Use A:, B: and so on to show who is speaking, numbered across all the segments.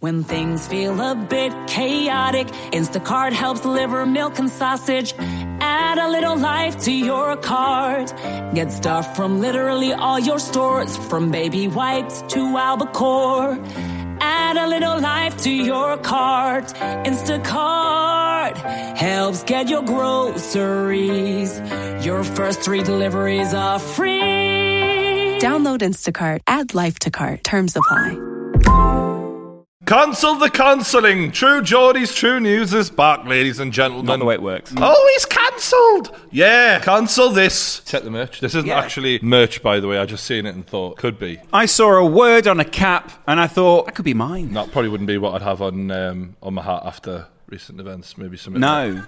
A: When things feel a bit chaotic, Instacart helps deliver milk and sausage. Add a little life to your cart. Get stuff from literally all your stores, from baby wipes to albacore. Add a little life to your cart. Instacart helps get your groceries. Your first three deliveries are free.
B: Download Instacart. Add life to cart. Terms apply.
C: Consul the consuling. True Geordie's true news is back, ladies and gentlemen.
D: Not the way it works.
C: Oh, he's cancelled. Yeah, cancel this.
D: Set the merch.
C: This isn't actually merch, by the way. I just seen it and thought could be.
E: I saw a word on a cap and I thought, that could be mine.
C: That probably wouldn't be what I'd have on um, on my hat after recent events. Maybe something.
E: No.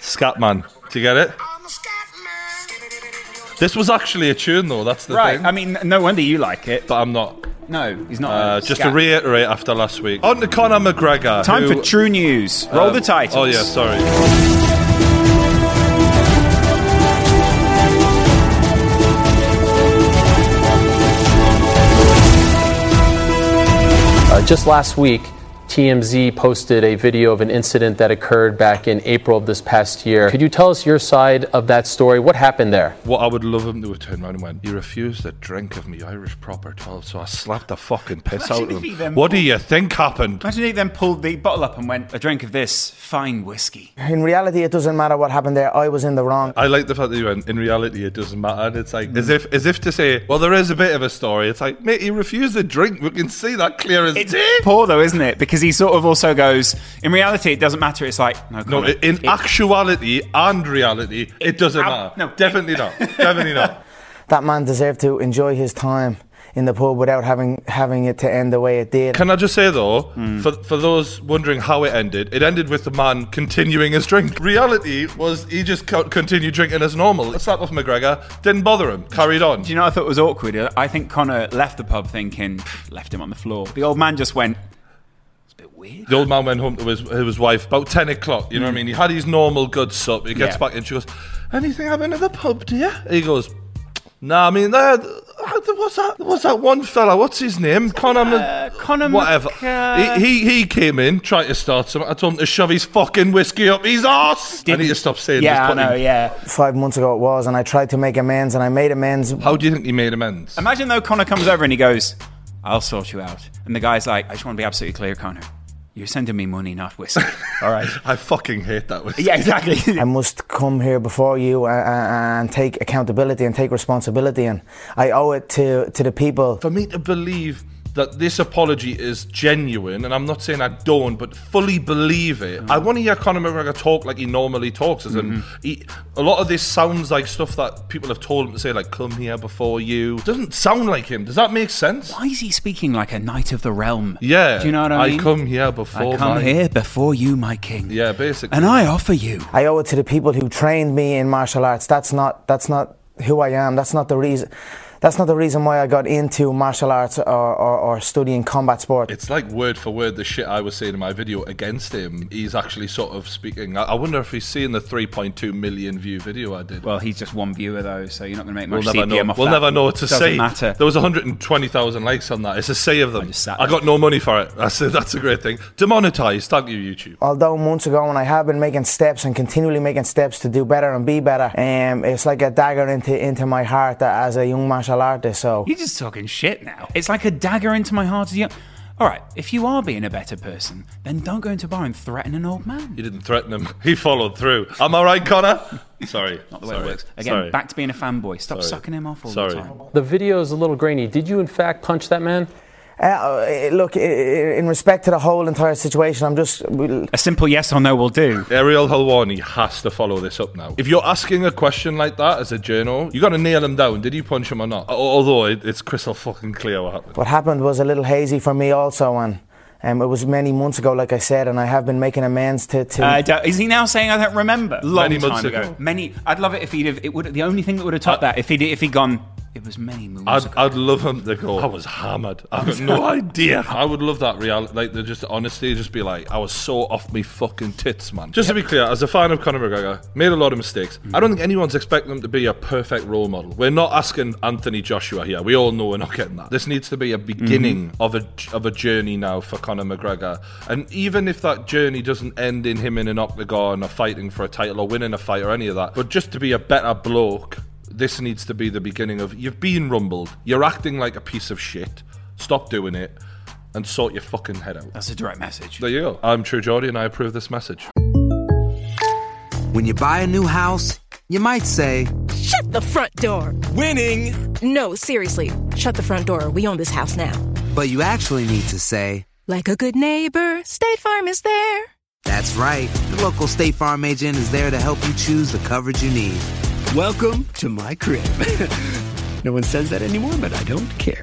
C: Scatman. Do you get it?
F: I'm a scat man.
C: This was actually a tune though. That's the
E: Right,
C: thing.
E: I mean, no wonder you like it.
C: but I'm not.
E: No, he's not.
C: Uh,
E: a
C: just to
E: scat.
C: reiterate after last week. On to Conor McGregor.
E: Time
C: who-
E: for true news. Roll the title.
C: Oh yeah, sorry.
G: Uh, just last week, TMZ posted a video of an incident that occurred back in April of this past year. Could you tell us your side of that story? What happened there?
C: What I would love him to have turned around and went, He refused a drink of me Irish proper 12, so I slapped the fucking piss
E: Imagine
C: out of
E: if he
C: him.
E: then
C: What do
E: pulled-
C: you think happened?
E: Imagine he then pulled the bottle up and went, a drink of this fine whiskey.
H: In reality, it doesn't matter what happened there. I was in the wrong.
C: I like the fact that you went, in reality, it doesn't matter. And it's like, as if as if to say, well, there is a bit of a story. It's like, mate, he refused a drink. We can see that clear as
E: It's
C: day.
E: poor though, isn't it? Because he sort of also goes, in reality, it doesn't matter. It's like, no,
C: No,
E: Connor,
C: in actuality and reality, it doesn't
E: Ow.
C: matter.
E: No.
C: Definitely not. Definitely not.
H: That man deserved to enjoy his time in the pub without having having it to end the way it did.
C: Can I just say though,
E: Hmm.
C: for for those wondering how it ended, it ended with the man continuing his drink. Reality was he just co- continued drinking as normal. A slap off McGregor didn't bother him. Carried on.
E: Do you know what I thought was awkward? I think Connor left the pub thinking, "Pff, left him on the floor. The old man just went, it's a bit weird.
C: The old man went home to his, his wife about ten o'clock. You know what I mean? He had his normal good sup. He gets
E: Hmm. Yeah.
C: back in. She goes, "Anything happened at the pub, dear?" He goes, "Nah, I mean, there, there was that there was that one fella. What's his name? Connor." Mc-
E: "Uh, Connor
C: Whatever.
E: Mc- uh,
C: he, he he came in, tried to start something. I told him to shove his fucking whiskey up his arse. I need to stop saying this.
E: Yeah, I
C: putting-
E: know, yeah.
H: Five months ago it was, and I tried to make amends, and I made amends.
C: How do you think he made amends?
E: Imagine though Connor comes over and he goes, I'll sort you out. And the guy's like, I just want to be absolutely clear, Connor. You're sending me money, not whiskey. All right.
C: I fucking hate that whiskey.
E: Yeah, exactly.
H: I must come here before you and, and take accountability and take responsibility, and I owe it to to the people.
C: For me to believe that this apology is genuine, and I'm not saying I don't, but fully believe it. I want to hear Conor McGregor talk like he normally talks, as in he, a lot of this sounds like stuff that people have told him to say, like "come here before you." Doesn't sound like him. Does that make sense?
E: Why is he speaking like a knight of the realm?
C: Yeah.
E: Do you know what I,
C: I
E: mean?
C: come here before
E: I come
C: my-
E: here before you, my king.
C: Yeah, basically.
E: And I offer you.
H: I owe it to the people who trained me in martial arts. That's not that's not who I am. That's not the reason. That's not the reason why I got into martial arts or, or, or studying combat sport.
C: It's like word for word the shit I was saying in my video against him. He's actually sort of speaking. I, I wonder if he's seeing the 3.2 million view video I did.
E: Well, he's just one viewer though, so you're not going to make much
C: We'll never
E: CPM
C: know.
E: off
C: We'll
E: that.
C: never know what to
E: Doesn't
C: say.
E: matter.
C: There was 120,000 likes on that. It's a say of them. I,
E: just sat there.
C: got no money for it. That's a, that's a great thing. Demonetized. Thank you, YouTube.
H: although months ago and I have been making steps and continually making steps to do better and be better, um, it's like a dagger into into my heart that as a young martial artist. So
E: You're just talking shit now. It's like a dagger into my heart. Yeah. All right, if you are being a better person, then don't go into a bar and threaten an old man.
C: You didn't threaten him. He followed through. Am I right, Connor? Sorry.
E: Not the way
C: Sorry.
E: it works. Again,
C: Sorry.
E: back to being a fanboy. Stop
C: Sorry.
E: sucking him off all
C: Sorry.
E: the time.
G: The video is a little grainy. Did you, in fact, punch that man?
H: uh, uh, look, i- i- in respect to the whole entire situation, I'm just
E: A simple yes or no will do.
C: Ariel Helwani has to follow this up now. If you're asking a question like that as a journal, you got to nail him down. Did you punch him or not? Al- Although it, it's crystal fucking clear what happened.
H: what happened was a little hazy for me also, and um, it was many months ago, like I said, and I have been making amends to. to
E: I don't- Uh, is he now saying I don't remember? Long
C: Many
E: time
C: months
E: ago.
C: ago. Uh,
E: Many. I'd love it if he'd have. It would. The only thing that would have topped that if he if he'd gone. It was many moons
C: I'd,
E: ago.
C: I'd love him to go. I was hammered. I've got no idea. I would love that reality. Like they just honestly just be like, I was so off me fucking tits, man. Just to be clear, as a fan of Conor McGregor, made a lot of mistakes. I don't think anyone's expecting him to be a perfect role model. We're not asking Anthony Joshua here. We all know we're not getting that. This needs to be a beginning of a of a journey now for Conor McGregor. And even if that journey doesn't end in him in an octagon or fighting for a title or winning a fight or any of that, but just to be a better bloke this needs to be the beginning of you've been rumbled, you're acting like a piece of shit, stop doing it, and sort your fucking head out.
E: That's a direct message.
C: There you go. I'm True Geordie and I approve this message.
D: When you buy a new house, you might say,
I: Shut the front door. Winning. No, seriously. Shut the front door. We own this house now.
D: but you actually need to say,
I: Like a good neighbor, State Farm is there.
D: That's right. The local State Farm agent is there to help you choose the coverage you need.
J: Welcome to my crib. no one says that anymore, but I don't care.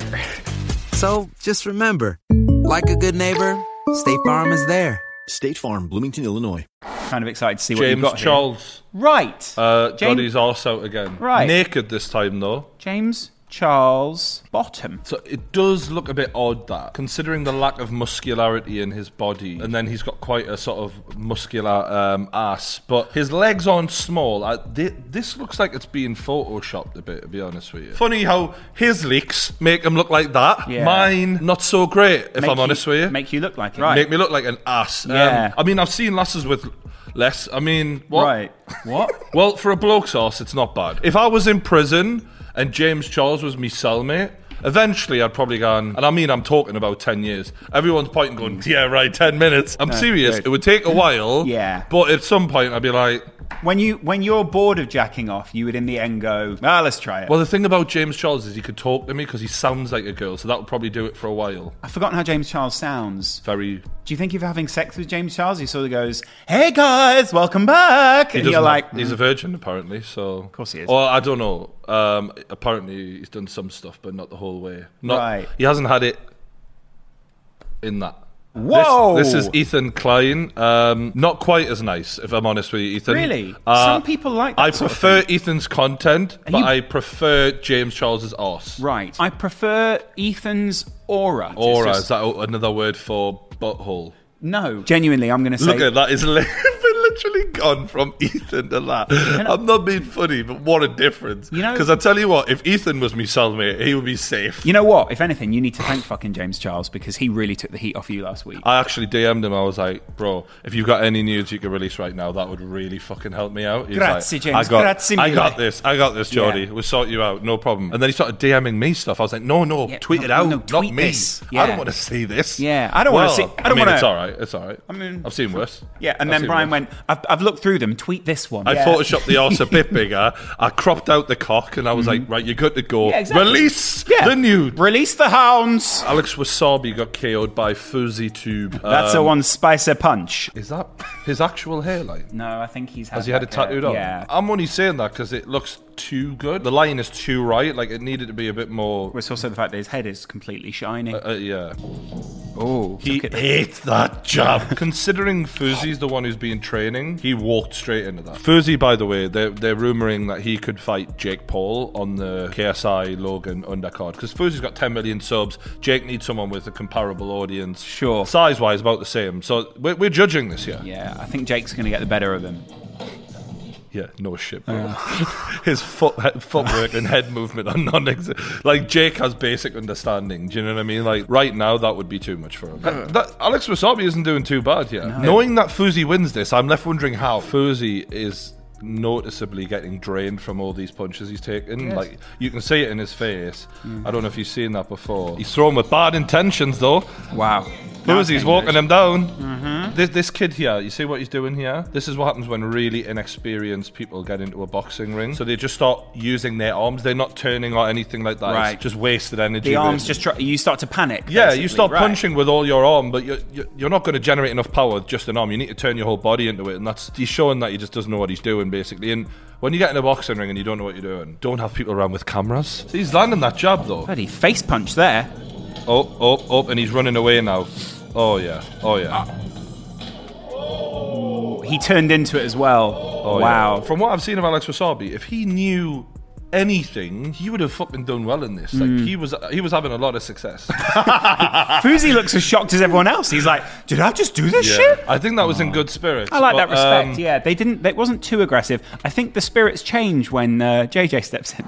D: So just remember, like a good neighbor, State Farm is there.
J: State Farm, Bloomington, Illinois.
E: Kind of excited to see what you've
C: James
E: got here.
C: Charles
E: Right.
C: uh, got
E: James-
C: his arse out again.
E: Right.
C: Naked this time though.
E: James Charles Bottom.
C: So it does look a bit odd that, considering the lack of muscularity in his body, and then he's got quite a sort of muscular um, ass, but his legs aren't small. I, thi- this looks like it's being photoshopped a bit, to be honest with you. Funny how his leaks make him look like that.
E: Yeah.
C: Mine, not so great, if
E: Make
C: I'm honest
E: you,
C: with you.
E: Make you look like it. Right.
C: Make me look like an ass. Um,
E: Yeah.
C: I mean, I've seen lasses with less. I mean, what?
E: Right. What?
C: Well, for a bloke's ass, it's not bad. If I was in prison and James Charles was me cellmate, eventually I'd probably gone, and I mean, I'm talking about 10 years. Everyone's pointing going, yeah, right, 10 minutes. I'm serious.
E: good.
C: It would take a while.
E: Yeah.
C: But at some point, I'd be like,
E: When you when you're bored of jacking off, you would in the end go, ah, let's try it.
C: well, the thing about James Charles is he could talk to me because he sounds like a girl, so that would probably do it for a while.
E: I've forgotten how James Charles sounds.
C: Very.
E: Do you think if you're having sex with James Charles, he sort of goes, "Hey guys, welcome back,"
C: He
E: and you're
C: doesn't
E: like, "Mm."
C: have- he's a virgin apparently, so of
E: course he is.
C: Or I don't know. Um, apparently he's done some stuff, but not the whole way. Not,
E: Right.
C: He hasn't had it in that. This-
E: "Whoa!"
C: This, is Ethan Klein. Um, not quite as nice, if I'm honest with you, Ethan. Uh,
E: Really? Some people like that
C: I
E: sort of
C: prefer Ethan's content, but
E: you-
C: I prefer James Charles's arse.
E: right. I prefer Ethan's aura. It's
C: Aura,
E: just-
C: uh, is that a- another word for butthole?
E: no, genuinely, I'm going to say.
C: Look at that. It's li- literally gone from Ethan to that. I'm not being funny, but what a difference.
E: You know-
C: Because I tell you what, if Ethan was me cellmate, he would be safe.
E: You know what? If anything, you need to thank fucking James Charles because he really took the heat off you last week.
C: I actually DM'd him. I was like, bro, if you've got any news you can release right now, that would really fucking help me out. He was
E: Grazie,
C: like,
E: James.
C: I got,
E: Grazie
C: I got
E: mille."
C: this. I got this, Jordy.
E: Yeah.
C: We'll sort you out. No problem. And then he started DMing me stuff. I was like, no, no,
E: Yeah,
C: tweet
E: no,
C: it out.
E: no, tweet
C: not me.
E: this.
C: I
E: Yeah.
C: don't want to see this.
E: Yeah, I don't wanna
C: Well,
E: see- I don't
C: mean,
E: wanna-
C: It's all right. It's all right. I
E: mean-
C: I've seen worse.
E: yeah, and
C: I've
E: then
C: seen
E: Brian
C: worse.
E: went, I've, "I've looked through them. Tweet this one."
C: I
E: Yeah.
C: photoshopped the arse a bit bigger. I cropped out the cock, and I was like, "Right, you're good to go.
E: Mm-hmm. Yeah, exactly.
C: Release
E: Yeah.
C: the nude."
E: Release the hounds.
C: Alex Wasabi got KO'd by Fuzzy Tube. Uh,
E: That's a one spicer punch.
C: Is that his actual hairline?
E: No, I think he's had
C: Has he had it
E: like a-
C: tattooed on?
E: Yeah.
C: I'm only saying that because it looks too good. The line is too right. Like it needed to be a bit more.
E: It's also the fact that his head is completely shiny.
C: Uh, yeah.
E: oh,
C: He hates that job. Considering Fuzzy's the one who's been training, he walked straight into that. Fuzzy, by the way, they're, they're rumoring that he could fight Jake Paul on the KSI Logan undercard because Fuzzy's got 10 million subs. Jake needs someone with a comparable audience.
E: Sure.
C: Size wise, about the same. So we're, we're judging this here.
E: yeah. I think Jake's going to get the better of him.
C: Yeah, no shit, bro. His foot, he- footwork and head movement are non existent. Like, Jake has basic understanding. Do you know what I mean? Like, right now, that would be too much for him. That, that- Alex Wasabi isn't doing too bad yet. Knowing that Fuzi wins this, I'm left wondering how. Fuzi is noticeably getting drained from all these punches he's taken. Like, you can see it in his face. I don't know if you've seen that before. He's thrown with bad intentions, though.
E: Wow.
C: Fuzi's
E: Nothing.
C: walking him down.
E: Mm-hmm.
C: This, this kid here, you see what he's doing here? This is what happens when really inexperienced people get into a boxing ring. So they just start using their arms. They're not turning or anything like that.
E: Right.
C: It's just wasted energy.
E: The arms
C: They-
E: just try, you start to panic.
C: Yeah,
E: basically,
C: you start
E: right.
C: punching with all your arm, but you're, you're, you're not going to generate enough power with just an arm. You need to turn your whole body into it. And that's he's showing that he just doesn't know what he's doing, basically. And when you get in a boxing ring and you don't know what you're doing, don't have people around with cameras. So he's landing that jab, though.
E: Bloody face punch there.
C: Oh, oh, oh, and he's running away now. Oh, yeah. Oh, yeah.
E: Uh, He turned into it as well.
C: Oh, yeah.
E: wow. Oh,
C: Oh, From what I've seen of Alex Wasabi, if he knew anything, he would have fucking done well in this. Like
E: Mm.
C: he was, he was having a lot of success.
E: Fuzi looks as shocked as everyone else. He's like, "Did I just do this
C: Yeah.
E: shit?"
C: I think that was in good spirits.
E: I like
C: but,
E: that respect.
C: um,
E: yeah, they didn't. It wasn't too aggressive. I think the spirits change when uh, JJ steps in.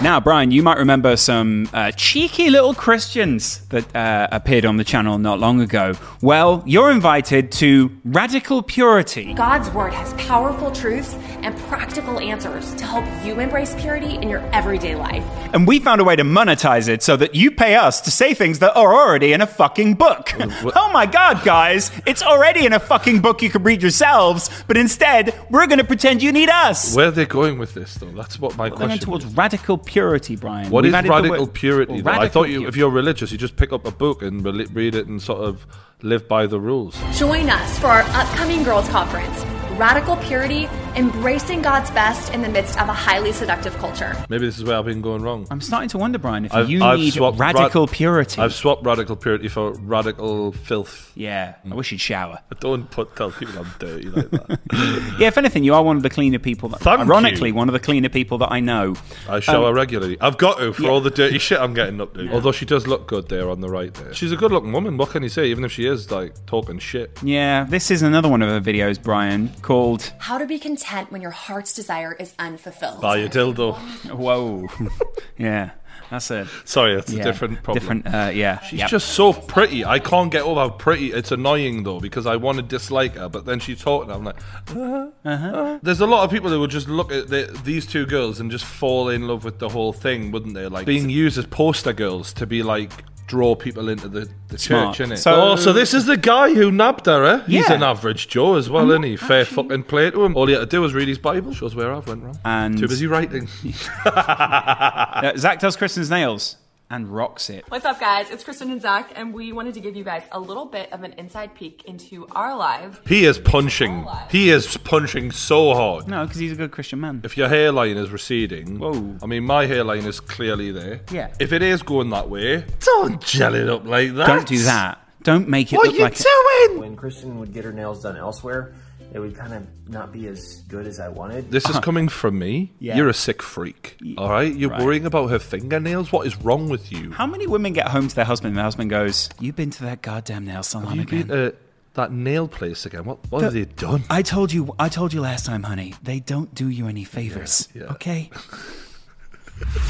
E: Now, Brian, you might remember some uh, cheeky little Christians that uh, appeared on the channel not long ago. Well, you're invited to Radical Purity.
K: God's Word has powerful truths and practical answers to help you embrace purity in your everyday life.
E: And we found a way to monetize it so that you pay us to say things that are already in a fucking book. oh my god, guys, it's already in a fucking book you can read yourselves, but instead, we're gonna pretend you need us.
C: Where are they going with this, though? That's what my
E: We're going
C: question.
E: towards radical purity, Brian.
C: What
E: We've
C: is
E: added the
C: radical
E: word-
C: purity?
E: Well,
C: though? I
E: radical
C: thought you, if you're religious, you just pick up a book and re- read it and sort of live by the rules.
K: Join us for our upcoming Girls Conference Radical Purity, Embracing God's Best in the Midst of a Highly Seductive Culture.
C: Maybe this is where I've been going wrong.
E: I'm starting to wonder, Brian, if
C: I've-
E: you
C: I've
E: need
C: swapped rad-
E: radical purity.
C: I've swapped radical purity for radical filth.
E: Yeah, I wish you'd shower.
C: I don't put tell people I'm dirty like that.
E: yeah, if anything, you are one of the cleaner people. That,
C: Mm. Thank
E: ironically,
C: you.
E: one of the cleaner people that I know.
C: I shower
E: Um,
C: regularly. I've got to for all the dirty shit I'm getting up to. Although she does look good there on the right there. She's a good looking woman. What can you say? Even if she is like talking shit.
E: Yeah, this is another one of her videos, Brian, called
K: How to be content when your heart's desire is unfulfilled.
C: Buy your dildo.
E: Whoa. yeah, that's it.
C: Sorry, that's
E: Yeah,
C: a different problem.
E: different, uh, yeah.
C: She's
E: Yep.
C: just so pretty. I can't get over how pretty. It's annoying though because I want to dislike her, but then she's talking. I'm like, Uh-huh.
E: Uh-huh.
C: There's a lot of people that would just look at the, these two girls and just fall in love with the whole thing, wouldn't they? Like being used as poster girls to be like draw people into the, the
E: Smart.
C: church, innit?
E: So-
C: oh, so this is the guy who nabbed her. Eh? He's
E: Yeah. Mm-hmm.
C: an average Joe as well, isn't he? Fair fucking play to him. All he had to do was read his Bible. Shows where I've went wrong.
E: and
C: Too busy writing.
E: Uh, Zach does Kristen's nails and rocks it.
L: What's up, guys? It's Kristen and Zach, and we wanted to give you guys a little bit of an inside peek into our lives.
C: He is punching. He is punching so hard.
E: No, because he's a good Christian man.
C: If your hairline is receding, I mean, my hairline is clearly there.
E: Yeah.
C: If it is going that way, don't gel it up like that.
E: Don't do that. Don't make it
C: What
E: look
C: you
E: like it-
C: doing?
M: When Kristen would get her nails done elsewhere, they would kind of not be as good as I wanted.
C: This is coming from me.
M: Yeah.
C: You're a sick freak. All right. You're
E: Right.
C: worrying about her fingernails. What is wrong with you?
E: How many women get home to their husband and the husband goes, You've been to that goddamn nail salon
C: you
E: again.
C: been to that nail place again? What what have
E: The-
C: they done?
E: I told you I told you last time, honey. They don't do you any favors. Okay?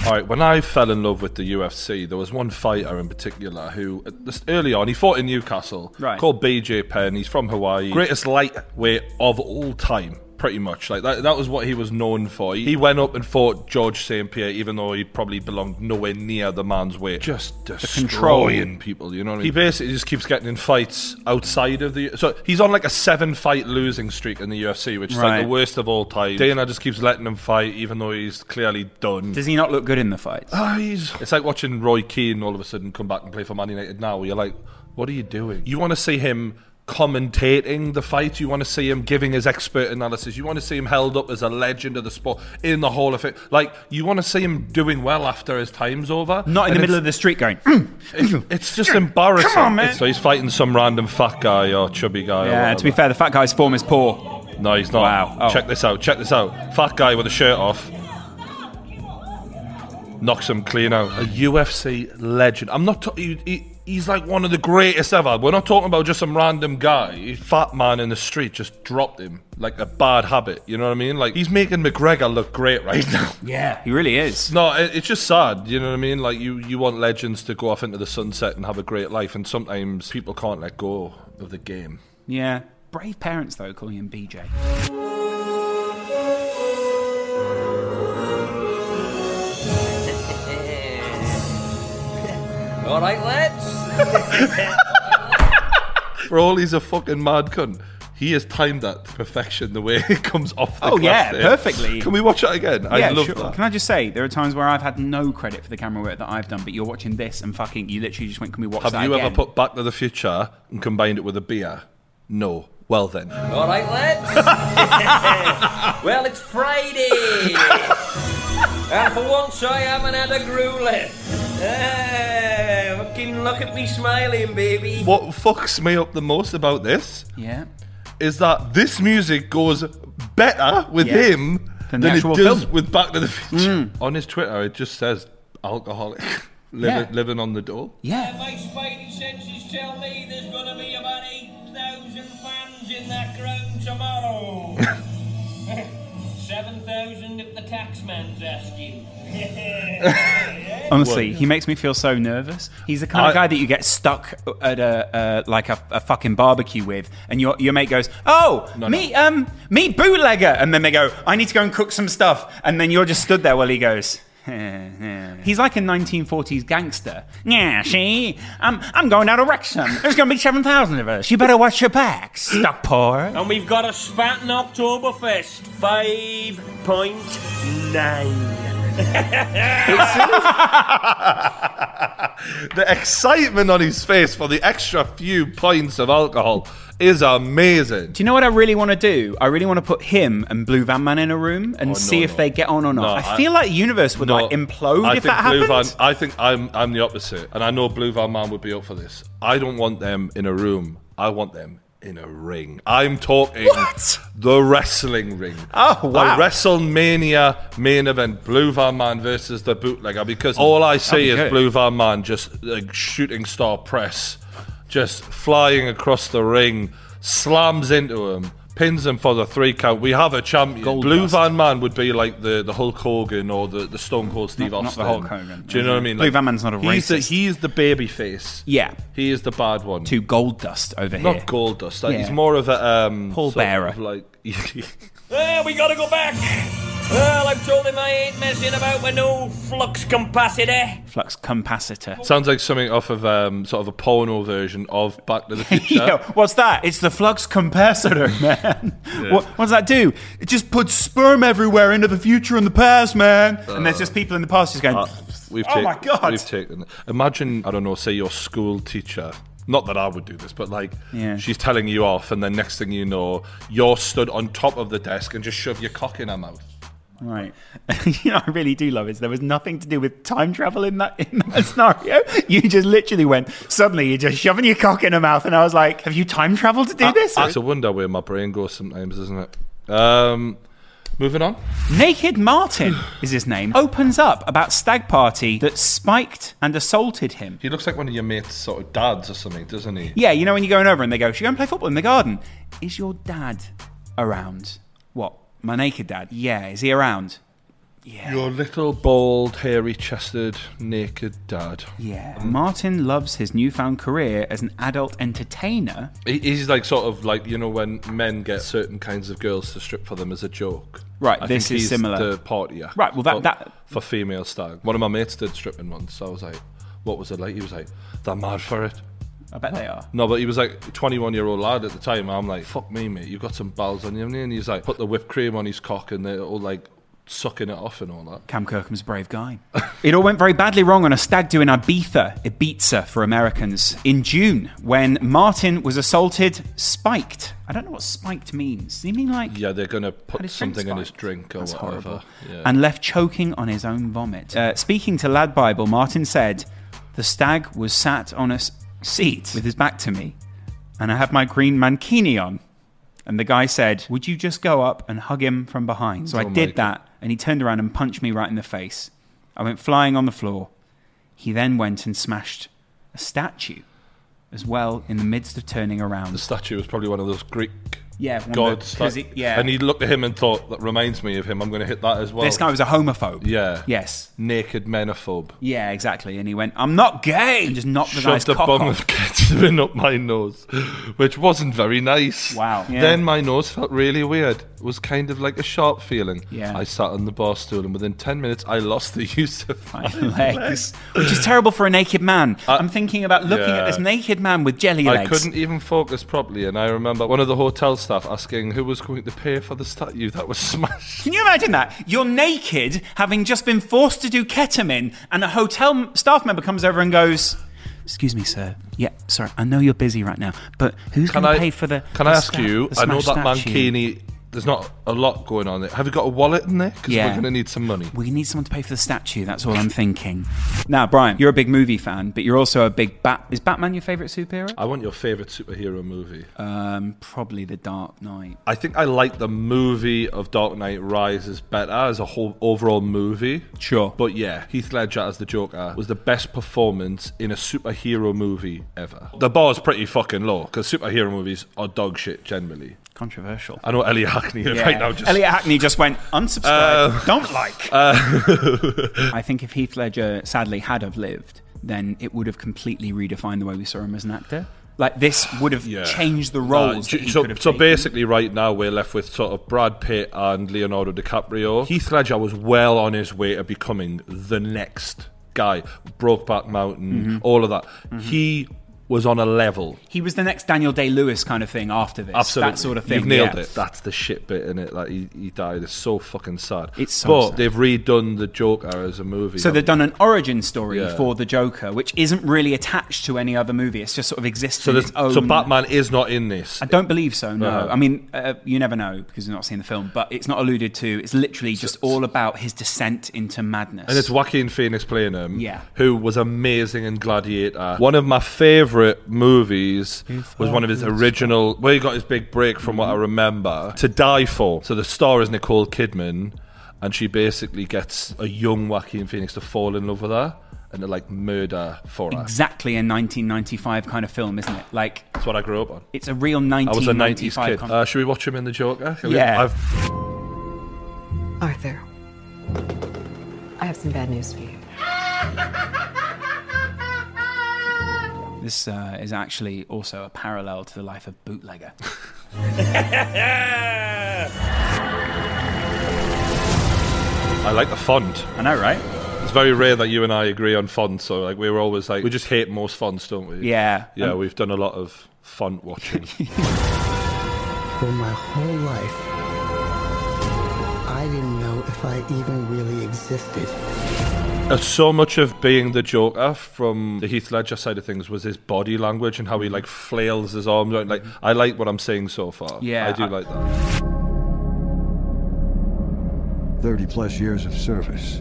C: All right, when I fell in love with the UFC, there was one fighter in particular who, at this- early on, he fought in Newcastle,
E: Right.
C: called BJ Penn. He's from Hawaii. Greatest lightweight of all time, pretty much. Like that, that was what he was known for. He went up and fought George St. Pierre, even though he probably belonged nowhere near the man's weight. Just destroying people, you know what I mean? He basically just keeps getting in fights outside of the. So he's on like a seven fight losing streak in the UFC, which is like
E: Right.
C: the worst of all time. Dana just keeps letting him fight, even though he's clearly done.
E: Does he not look good in the fights?
C: Oh. It's like watching Roy Keane all of a sudden come back and play for Man United now. You're like, what are you doing? You want to see him commentating the fight. You want to see him giving his expert analysis. You want to see him held up as a legend of the sport in the Hall of Fame. Like, you want to see him doing well after his time's over.
E: Not in
C: And
E: the
C: it's-
E: middle of the street going. "Mm."
C: it- it's just embarrassing.
E: Come on, man.
C: So he's fighting some random fat guy or chubby guy. or
E: Yeah, to be
C: whatever.
E: fair, the fat guy's form is poor.
C: No, he's not.
E: Wow. Oh.
C: Check this out. Check this out. Fat guy with a shirt off. Knocks him clean out. A UFC legend. I'm not. Ta- he, he, he's like one of the greatest ever. We're not talking about just some random guy. Fat man in the street just dropped him like a bad habit. You know what I mean? Like he's making McGregor look great right now.
E: Yeah, he really is.
C: No, it, it's just sad. You know what I mean? Like you, you want legends to go off into the sunset and have a great life, and sometimes people can't let go of the game.
E: Yeah. Brave parents, though, calling him BJ.
N: All right, lads.
C: For all he's a fucking mad cunt, he has timed that to perfection the way it comes off the
E: Oh,
C: glass
E: yeah,
C: there.
E: perfectly.
C: Can we watch that again? I
E: yeah,
C: love
E: sure.
C: that.
E: Can I just say, there are times where I've had no credit for the camera work that I've done, but you're watching this and fucking, you literally just went, can we watch that
C: Have you
E: again?
C: ever put Back to the Future and combined it with a beer? No. Well then.
N: All right, lads. well, it's Friday. and for once, I haven't had a grueling. Ah, fucking look at me smiling, baby.
C: What fucks me up the most about this
E: Yeah.
C: is that this music goes better with
E: Yeah.
C: him than,
E: Than the
C: it
E: actual
C: does
E: film. Mm.
C: with Back to the Future. On his Twitter, it just says alcoholic living,
E: Yeah.
C: living on the dole.
E: Yeah.
N: My spidey senses tell me there's gonna be about 8,000 fans in that ground tomorrow. 7,000 if the taxman's asking.
E: Honestly, he makes me feel so nervous. He's the kind of
C: I-
E: guy that you get stuck at a uh, like a, a fucking barbecue with, and your your mate goes, "Oh, me um me bootlegger," and then they go, "I need to go and cook some stuff," and then you're just stood there while he goes. He's like a 1940s gangster. Yeah, she. I'm, I'm going out of Wrexham. There's going to be 7,000 of us. You better watch your back, Stockport.
N: And we've got a Spaten Oktoberfest 5.9.
C: The excitement on his face for the extra few pints of alcohol is amazing.
E: Do you know what I really want to do? I really want to put him and Blue Van Man in a room and
C: Oh, no,
E: see if
C: no.
E: they get on or not. I, feel like the universe would like implode
C: I
E: if
C: think
E: that
C: Blue
E: happened.
C: Van, I think I'm I'm the opposite, and I know Blue Van Man would be up for this. I don't want them in a room. I want them in a ring. I'm talking the wrestling ring.
E: Oh wow!
C: The WrestleMania main event: Blue Van Man versus the Bootlegger. Because all I
E: Oh, That'd
C: see
E: be
C: is
E: good.
C: Blue Van Man just like shooting star press, just flying across the ring, slams into him. Pins him for the three count. We have a champion. Blue Van Man would be like the, the Hulk Hogan or the, the Stone Cold Steve
E: Not- not the
C: Austin.
E: Hulk Hogan.
C: Do you know what I mean?
E: Blue Van Man's not a
C: he's The,
E: racist.
C: he's the baby face.
E: Yeah.
C: He is the bad one.
E: to gold dust over here.
C: Not gold dust. Like, He's
E: Yeah.
C: more of a um,
E: Paul
C: sort
E: Bearer.
C: of like
N: There, we gotta go back. Well, I've told him I ain't messing about with no flux capacitor.
E: flux capacitor.
C: Sounds like something off of um, sort of a porno version of Back to the Future.
E: Yo, what's that? It's the flux capacitor, man. What, what does that do? It just puts sperm everywhere into the future and the past, man. and
C: Uh.
E: there's just people in the past just going.
C: We've
E: oh
C: taken-
E: my god!
C: We've taken. Imagine I don't know. Say your school teacher. Not that I would do this, but like
E: Yeah.
C: she's telling you off, and then next thing you know, you're stood on top of the desk and just shove your cock in her mouth.
E: Right. you know, I really do love is there was nothing to do with time travel in that in that scenario. You just literally went suddenly you're just shoving your cock in her mouth, and I was like, "Have you time traveled to do
C: That-
E: this?"
C: That's a wonder where my brain goes sometimes, isn't it? Um, moving on.
E: Naked Martin is his name. Opens up about stag party that spiked and assaulted him.
C: He looks like one of your mates' sort of dads or something, doesn't he?
E: Yeah, you know when you're going over and they go, "Should we go and play football in the garden?" Is your dad around? What? My naked dad? Yeah, is he around?
C: Your little bald, hairy-chested, naked dad.
E: Yeah. Martin loves his newfound career as an adult entertainer.
C: He- He's like sort of like you know when men get certain kinds of girls to strip for them as a joke.
E: Right,
C: I
E: this
C: think
E: is
C: he's
E: similar.
C: The party act.
E: Right, well, that-
C: for,
E: that-
C: for female stag. One of my mates did stripping once. So I was like, what was it like? He was like, they're mad for it.
E: I bet they are.
C: No, but he was like a 21 year old lad at the time. I'm like, fuck me, mate. You've got some balls on you. haven't you?" And he's like, put the whipped cream on his cock and they're all like sucking it off and all that.
E: Cam Kirkham's a brave guy. it all went very badly wrong on a stag do in Ibiza, Ibiza for Americans, in June when Martin was assaulted, spiked. I don't know what spiked means. Does he mean like
C: Yeah, they're going to put
E: his drink
C: something in his
E: spiked?
C: drink or
E: That's
C: whatever.
E: horrible.
C: Yeah.
E: And left choking on his own vomit. Uh, speaking to Lad Bible, Martin said, The stag was sat on a s- seat with his back to me, and I had my green mankini on. And the guy said, Would you just go up and hug him from behind? So I
C: Oh my
E: did that, and he turned around and punched me right in the face. I went flying on the floor. He then went and smashed a statue as well in the midst of turning around.
C: The statue was probably one of those Greek
E: Yeah, one of
C: gods.
E: the- 'cause
C: like-
E: it- yeah.
C: And he looked at him and thought, that reminds me of him. I'm going to hit that as well.
E: this guy was a homophobe.
C: Yeah.
E: Yes.
C: Naked menophobe.
E: Yeah, exactly. And he went, I'm not gay. And just knocked the guy's
C: Shoved a
E: cock
C: bum
E: off.
C: of ketamine up my nose, which wasn't very nice.
E: Wow. Yeah.
C: Then my nose felt really weird. It was kind of like a sharp feeling.
E: Yeah.
C: I sat on the bar stool and within 10 minutes I lost the use of my
E: legs. Which is terrible for a naked man. I'm thinking about looking at
C: yeah.
E: this naked man with jelly
C: I
E: legs.
C: couldn't even focus properly, and I remember one of the hotel staff asking who was going to pay for the statue that was smashed.
E: Can you imagine that? You're naked, having just been forced to do ketamine, and a hotel m- staff member comes over and goes, Excuse me, sir. Yeah, sorry, I know you're busy right now, but who's
C: Can
E: going to
C: I
E: pay for the.
C: Can
E: the
C: I ask
E: sta-
C: you?
E: the
C: I know
E: smashed
C: that
E: statue?"
C: mankini. There's not a lot going on there. Have you got a wallet in there? Because
E: Yeah.
C: we're going to need some money.
E: We need someone to pay for the statue, that's all I'm thinking. Now, Brian, you're a big movie fan, but you're also a big Bat. Is Batman your favorite superhero?
C: I want your favorite superhero movie.
E: Um, probably The Dark Knight.
C: I think I like the movie of Dark Knight Rises better as a whole overall movie.
E: Sure.
C: But yeah, Heath Ledger as the Joker was the best performance in a superhero movie ever. The bar's pretty fucking low because superhero movies are dog shit generally.
E: Controversial.
C: I know Elliot Hackney right now just.
E: Elliot Hackney just went unsubscribe.
C: Uh,
E: don't like. I think if Heath Ledger sadly had have lived, then it would have completely redefined the way we saw him as an actor. Like this would have changed the roles.
C: Uh,
E: that he
C: so,
E: could have
C: so
E: taken.
C: basically, right now we're left with sort of Brad Pitt and Leonardo DiCaprio. Heath Ledger was well on his way to becoming the next guy. Brokeback Mountain,
E: Mhm.
C: all of that.
E: Mhm.
C: He was on a level.
E: he was the next Daniel Day Lewis kind of thing after this.
C: Absolutely.
E: that sort of thing.
C: You've nailed
E: yeah.
C: it. That's the shit bit in it. Like he, he died. It's so fucking sad. It's
E: so
C: but
E: sad.
C: they've redone the Joker as a movie.
E: So they've done an origin story
C: Yeah.
E: for the Joker, which isn't really attached to any other movie. It's just sort of exists.
C: So
E: in
C: there's-
E: its own...
C: so Batman is not in this.
E: I don't believe so. No,
C: No.
E: I mean uh, you never know because you've not seen the film, but it's not alluded to. It's literally just all about his descent into madness.
C: And it's Joaquin Phoenix playing him,
E: Yeah.
C: who was amazing in Gladiator. One of my favorite movies was one of his original, where he got his big break from
E: Mm-hmm.
C: what I remember. To Die For. So the star is Nicole Kidman, and she basically gets a young Joaquin Phoenix to fall in love with her and to like murder for her.
E: exactly a 1995 kind of film, isn't it? Like
C: that's what I grew up on.
E: It's a real
C: I was a 90s
E: 1995.
C: kid.
E: con-
C: Uh, should we watch him in The Joker? Can we-
E: Yeah.
C: I've-
O: Arthur, I have some bad news for you.
E: This uh, is actually also a parallel to the life of Bootlegger.
N: Ah.
C: I like the font.
E: I know, right?
C: It's very rare that you and I agree on fonts. So, like, we were always like, we just hate most fonts, don't we?
E: Yeah.
C: Yeah,
E: Um,
C: we've done a lot of font watching.
P: For my whole life, I didn't know if I even really existed.
C: Uh, so much of being the Joker from the Heath Ledger side of things was his body language and how
P: Mm-hmm.
C: he like flails his arms. around. Like, I like what I'm saying so far.
E: Yeah,
C: I do
E: I-
C: like that.
Q: 30 plus years of service.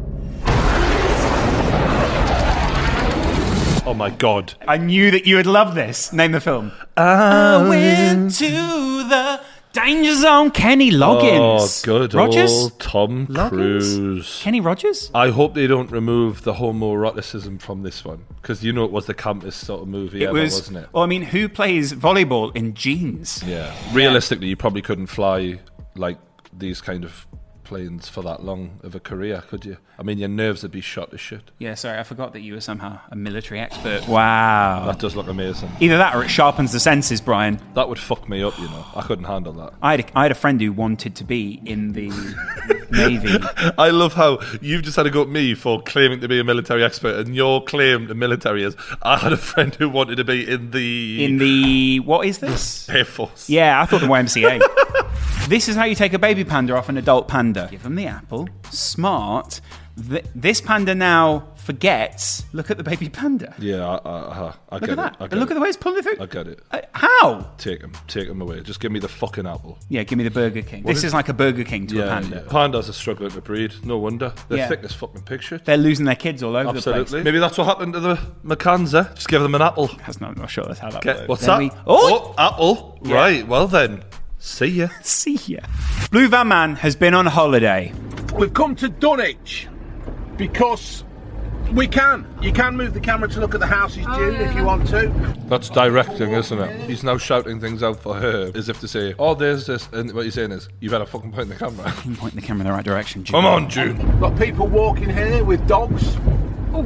C: Oh my god.
E: I knew that you would love this. Name the film.
C: I
E: went to the danger zone. Kenny Loggins.
C: Oh, good
E: Rogers.
C: old Tom
E: Loggins?
C: Cruise.
E: Kenny Rogers.
C: I hope they don't remove the homoeroticism from this one because you know it was the campus sort of movie, ever,
E: was.
C: wasn't it?
E: Well, I mean, who plays volleyball in jeans?
C: Yeah. Realistically, you probably couldn't fly like these kind of planes for that long of a career, could you? I mean, your nerves would be shot to shit.
E: Yeah. Sorry, I forgot that you were somehow a military expert. Wow.
C: That does look amazing.
E: Either that or it sharpens the senses, Brian.
C: That would fuck me up, you know. I couldn't handle that.
E: I had a, I had a friend who wanted to be in the Navy.
C: I love how you've just had a go at me for claiming to be a military expert, and your claim to military is I had a friend who wanted to be in the
E: In the what is this?
C: Air Force.
E: Yeah, I thought the YMCA. this is how you take a baby panda off an adult panda. Give them the apple. Smart. Th- this panda now forgets. Look at the baby panda.
C: Yeah, I, I, I, I
E: Look
C: get
E: at that.
C: it. I get
E: Look
C: it.
E: at the way it's pulling through. Uh,
C: I get it.
E: How?
C: Take him. Take him away. Just give me the fucking apple.
E: Yeah, give me the Burger King.
C: What
E: this
C: is-
E: is, like a Burger King to a
C: Yeah,
E: panda.
C: yeah. Pandas are struggling to breed. No wonder. They're
E: Yeah.
C: thick as fucking pig shit.
E: They're losing their kids all over
C: Absolutely.
E: the place.
C: Maybe that's what happened to the McCanns, eh? Just give them an apple.
E: That's not, I'm not sure that's how that works.
C: What's
E: Then
C: that?
E: we-
C: oh, apple. Right. Well then, see ya.
E: see ya. Blue Van Man has been on holiday.
R: We've come to Dunwich because we can. You can move the camera to look at the houses, Jude, if you want to.
C: That's directing, isn't it? He's now shouting things out for her as if to say, "Oh, there's this," and what you're saying is, "You better fucking point the camera."
E: Point the camera in the right direction. June.
C: Come on, June.
R: Got people walking here with dogs. Oh,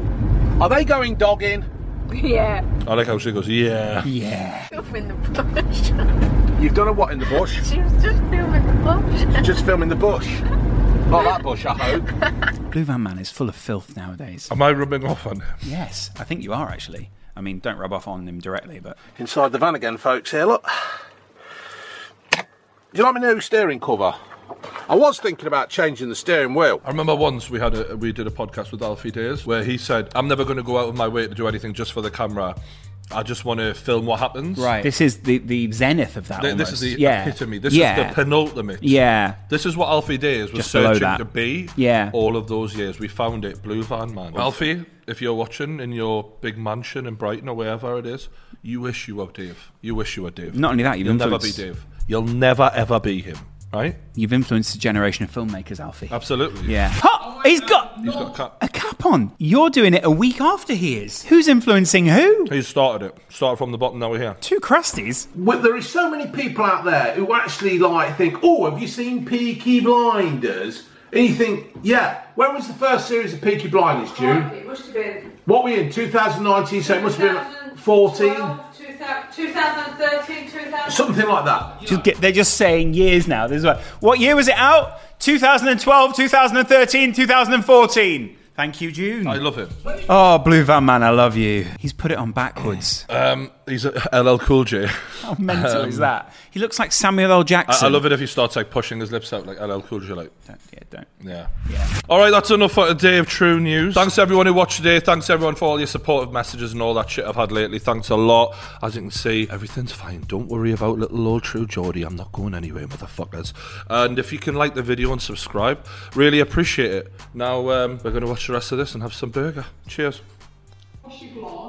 R: are they going dogging?
L: Yeah.
C: I like how she goes, "Yeah,
E: yeah."
L: Off in the bush.
R: You've done a what in the bush?
L: she was just filming the bush.
R: Just filming the bush. Not that bush, I hope.
E: Blue Van Man is full of filth nowadays.
C: Am I rubbing off on him?
E: Yes, I think you are actually. I mean, don't rub off on him directly, but
R: Inside the van again, folks. Here, look. Do you like my new steering cover? I was thinking about changing the steering wheel.
C: I remember once we had a we did a podcast with Alfie Days where he said, "I'm never going to go out of my way to do anything just for the camera." I just want to film what happens.
E: This is the, the zenith of that.
C: Th-
E: almost.
C: This is the
E: yeah.
C: epitome. This
E: yeah.
C: is the penultimate.
E: Yeah.
C: This is what Alfie Days was
E: Just below
C: searching
E: that.
C: to be.
E: Yeah.
C: All of those years, we found it. Blue Van Man. Alfie, if you're watching in your big mansion in Brighton or wherever it is, you wish you were Dave. You wish you were Dave.
E: Not only that, you've
C: will never be
E: influenced-
C: Dave. You'll never ever be him. Right?
E: You've influenced a generation of filmmakers, Alfie.
C: Absolutely.
E: Yeah. Ha! he's got
C: Oh. He's got a cut.
E: a cap on. You're doing it a week after he is. Who's influencing who?
C: He started it. Started from the bottom. Now we're here.
E: Two crusties.
R: Well, there is so many people out there who actually like think, "Oh, have you seen Peaky Blinders?" And you think, "Yeah." When was the first series of Peaky Blinders, June?
S: It must have been
R: What were we in 2019? So it must have been 14,
S: 2013, 2000.
R: something like that.
E: Just get, they're just saying years now. This is what, what year was it out? 2012, 2013, 2014. Thank you, June. I
C: love him.
E: Oh, Blue Van Man, I love you. He's put it on backwards.
C: Um, he's a LL Cool J.
E: How mental is
C: Um,
E: that? He looks like Samuel L. Jackson.
C: I, I love it if he starts like pushing his lips out like LL Cool J. Like,
E: don't, yeah, don't.
C: Yeah. All right, that's enough for today of True News. Thanks to everyone who watched today. Thanks everyone for all your supportive messages and all that shit I've had lately. Thanks a lot. As you can see, everything's fine. Don't worry about little old True Geordie. I'm not going anywhere, motherfuckers. And if you can like the video and subscribe, really appreciate it. Now um, we're going to watch the rest of this and have some burger. Cheers.
S: She belongs.